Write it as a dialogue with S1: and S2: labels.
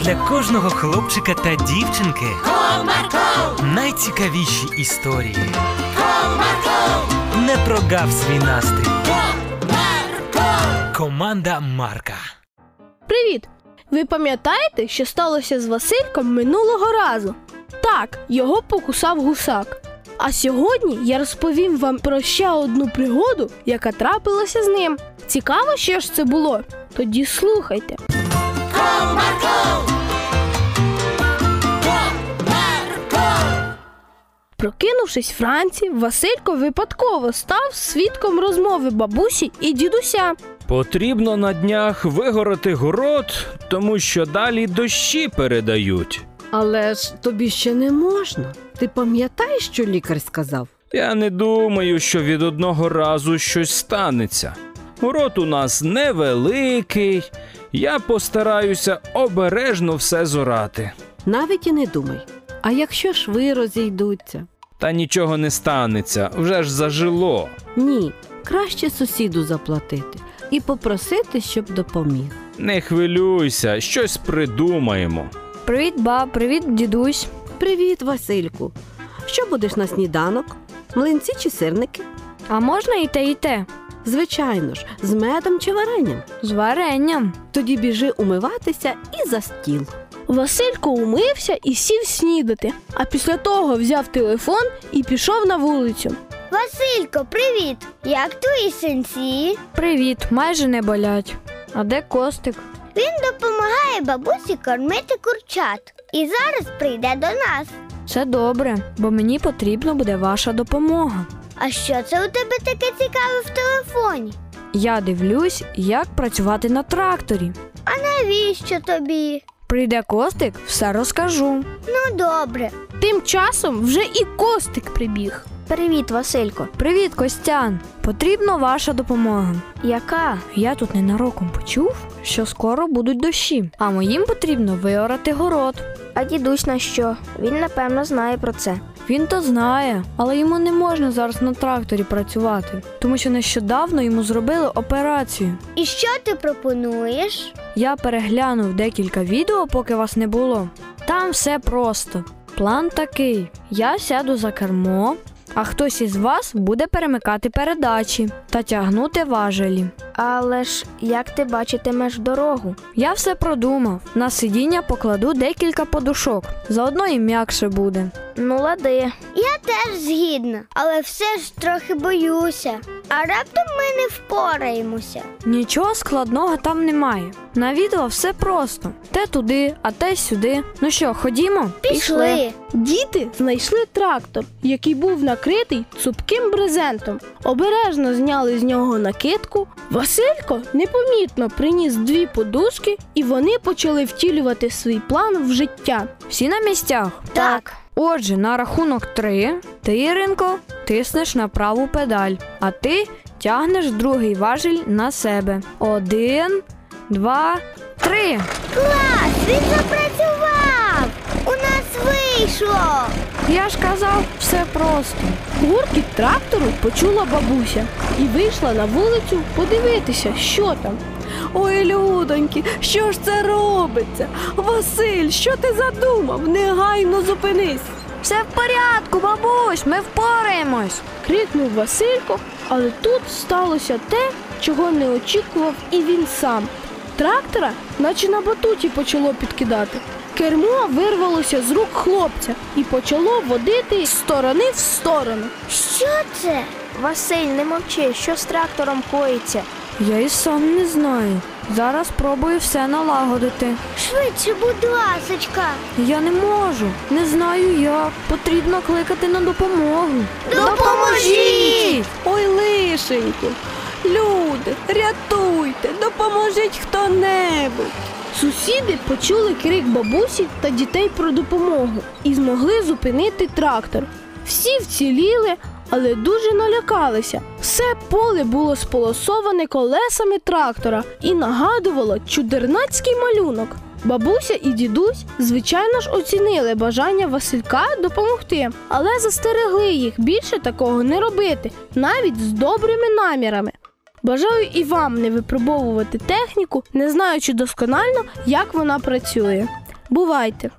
S1: для кожного хлопчика та дівчинки
S2: Comarco,
S1: найцікавіші історії.
S2: Comarco,
S1: Не прогав свій настрій.
S2: Comarco.
S1: Команда Марка.
S3: Привіт! Ви пам'ятаєте, що сталося з Васильком минулого разу? Так, його покусав гусак. А сьогодні я розповім вам про ще одну пригоду, яка трапилася з ним. Цікаво, що ж це було? Тоді слухайте. Прокинувшись вранці, Василько випадково став свідком розмови бабусі і дідуся.
S4: Потрібно на днях вигорати город, тому що далі дощі передають.
S5: Але ж тобі ще не можна. Ти пам'ятаєш, що лікар сказав?
S4: Я не думаю, що від одного разу щось станеться. Город у нас невеликий, я постараюся обережно все зорати.
S5: Навіть і не думай. А якщо шви розійдуться?
S4: Та нічого не станеться, вже ж зажило.
S5: Ні, краще сусіду заплатити і попросити, щоб допоміг.
S4: Не хвилюйся, щось придумаємо.
S6: Привіт, ба, привіт, дідусь.
S5: Привіт, Васильку. Що будеш на сніданок? Млинці чи сирники?
S6: А можна і те, і те?
S5: Звичайно ж, з медом чи варенням.
S6: З варенням.
S5: Тоді біжи умиватися і за стіл.
S3: Василько умився і сів снідати, а після того взяв телефон і пішов на вулицю.
S7: Василько, привіт! Як твої синці?
S6: Привіт, майже не болять. А де костик?
S7: Він допомагає бабусі кормити курчат і зараз прийде до нас.
S6: Це добре, бо мені потрібна буде ваша допомога.
S7: А що це у тебе таке цікаве в телефоні?
S6: Я дивлюсь, як працювати на тракторі.
S7: А навіщо тобі?
S6: Прийде костик, все розкажу.
S7: Ну добре.
S3: Тим часом вже і костик прибіг.
S7: Привіт, Василько.
S6: Привіт, Костян! Потрібна ваша допомога. Яка? Я тут ненароком почув, що скоро будуть дощі, а моїм потрібно виорати город.
S7: А дідусь на що? Він напевно знає про це.
S6: Він то знає, але йому не можна зараз на тракторі працювати, тому що нещодавно йому зробили операцію.
S7: І що ти пропонуєш?
S6: Я переглянув декілька відео, поки вас не було. Там все просто. План такий: я сяду за кермо, а хтось із вас буде перемикати передачі та тягнути важелі.
S7: Але ж як ти бачитимеш дорогу?
S6: Я все продумав. На сидіння покладу декілька подушок, заодно і м'якше буде.
S7: Ну, лади. Я теж згідна, але все ж трохи боюся. А раптом ми не впораємося.
S6: Нічого складного там немає. На відео все просто: те туди, а те сюди. Ну що, ходімо?
S7: Пішли.
S3: Діти знайшли трактор, який був накритий цупким брезентом. Обережно зняли з нього накидку. Василько непомітно приніс дві подушки, і вони почали втілювати свій план в життя.
S6: Всі на місцях.
S7: Так.
S6: Отже, на рахунок три ти, Іринко, тиснеш на праву педаль, а ти тягнеш другий важіль на себе. Один, два, три.
S7: Клас! Він запрацював! У нас вийшло!
S6: Я ж казав, все просто.
S3: Гуркіт трактору почула бабуся і вийшла на вулицю подивитися, що там.
S5: Ой, людоньки, що ж це робиться? Василь, що ти задумав? Негайно зупинись.
S6: Все в порядку, бабусь, ми впораємось.
S3: крикнув Василько, але тут сталося те, чого не очікував і він сам. Трактора, наче на батуті, почало підкидати. Кермо вирвалося з рук хлопця і почало водити з сторони в сторону.
S7: Що це? Василь, не мовчи, що з трактором коїться?
S6: Я і сам не знаю. Зараз пробую все налагодити.
S7: Швидше, будь ласочка.
S6: Я не можу, не знаю як. Потрібно кликати на допомогу.
S7: Допоможіть!
S5: Ой, лишеньки, люди, рятуйте, допоможіть хто-небудь.
S3: Сусіди почули крик бабусі та дітей про допомогу і змогли зупинити трактор. Всі вціліли, але дуже налякалися. Все поле було сполосоване колесами трактора і нагадувало чудернацький малюнок. Бабуся і дідусь, звичайно ж, оцінили бажання Василька допомогти, але застерегли їх більше такого не робити, навіть з добрими намірами. Бажаю і вам не випробовувати техніку, не знаючи досконально, як вона працює. Бувайте!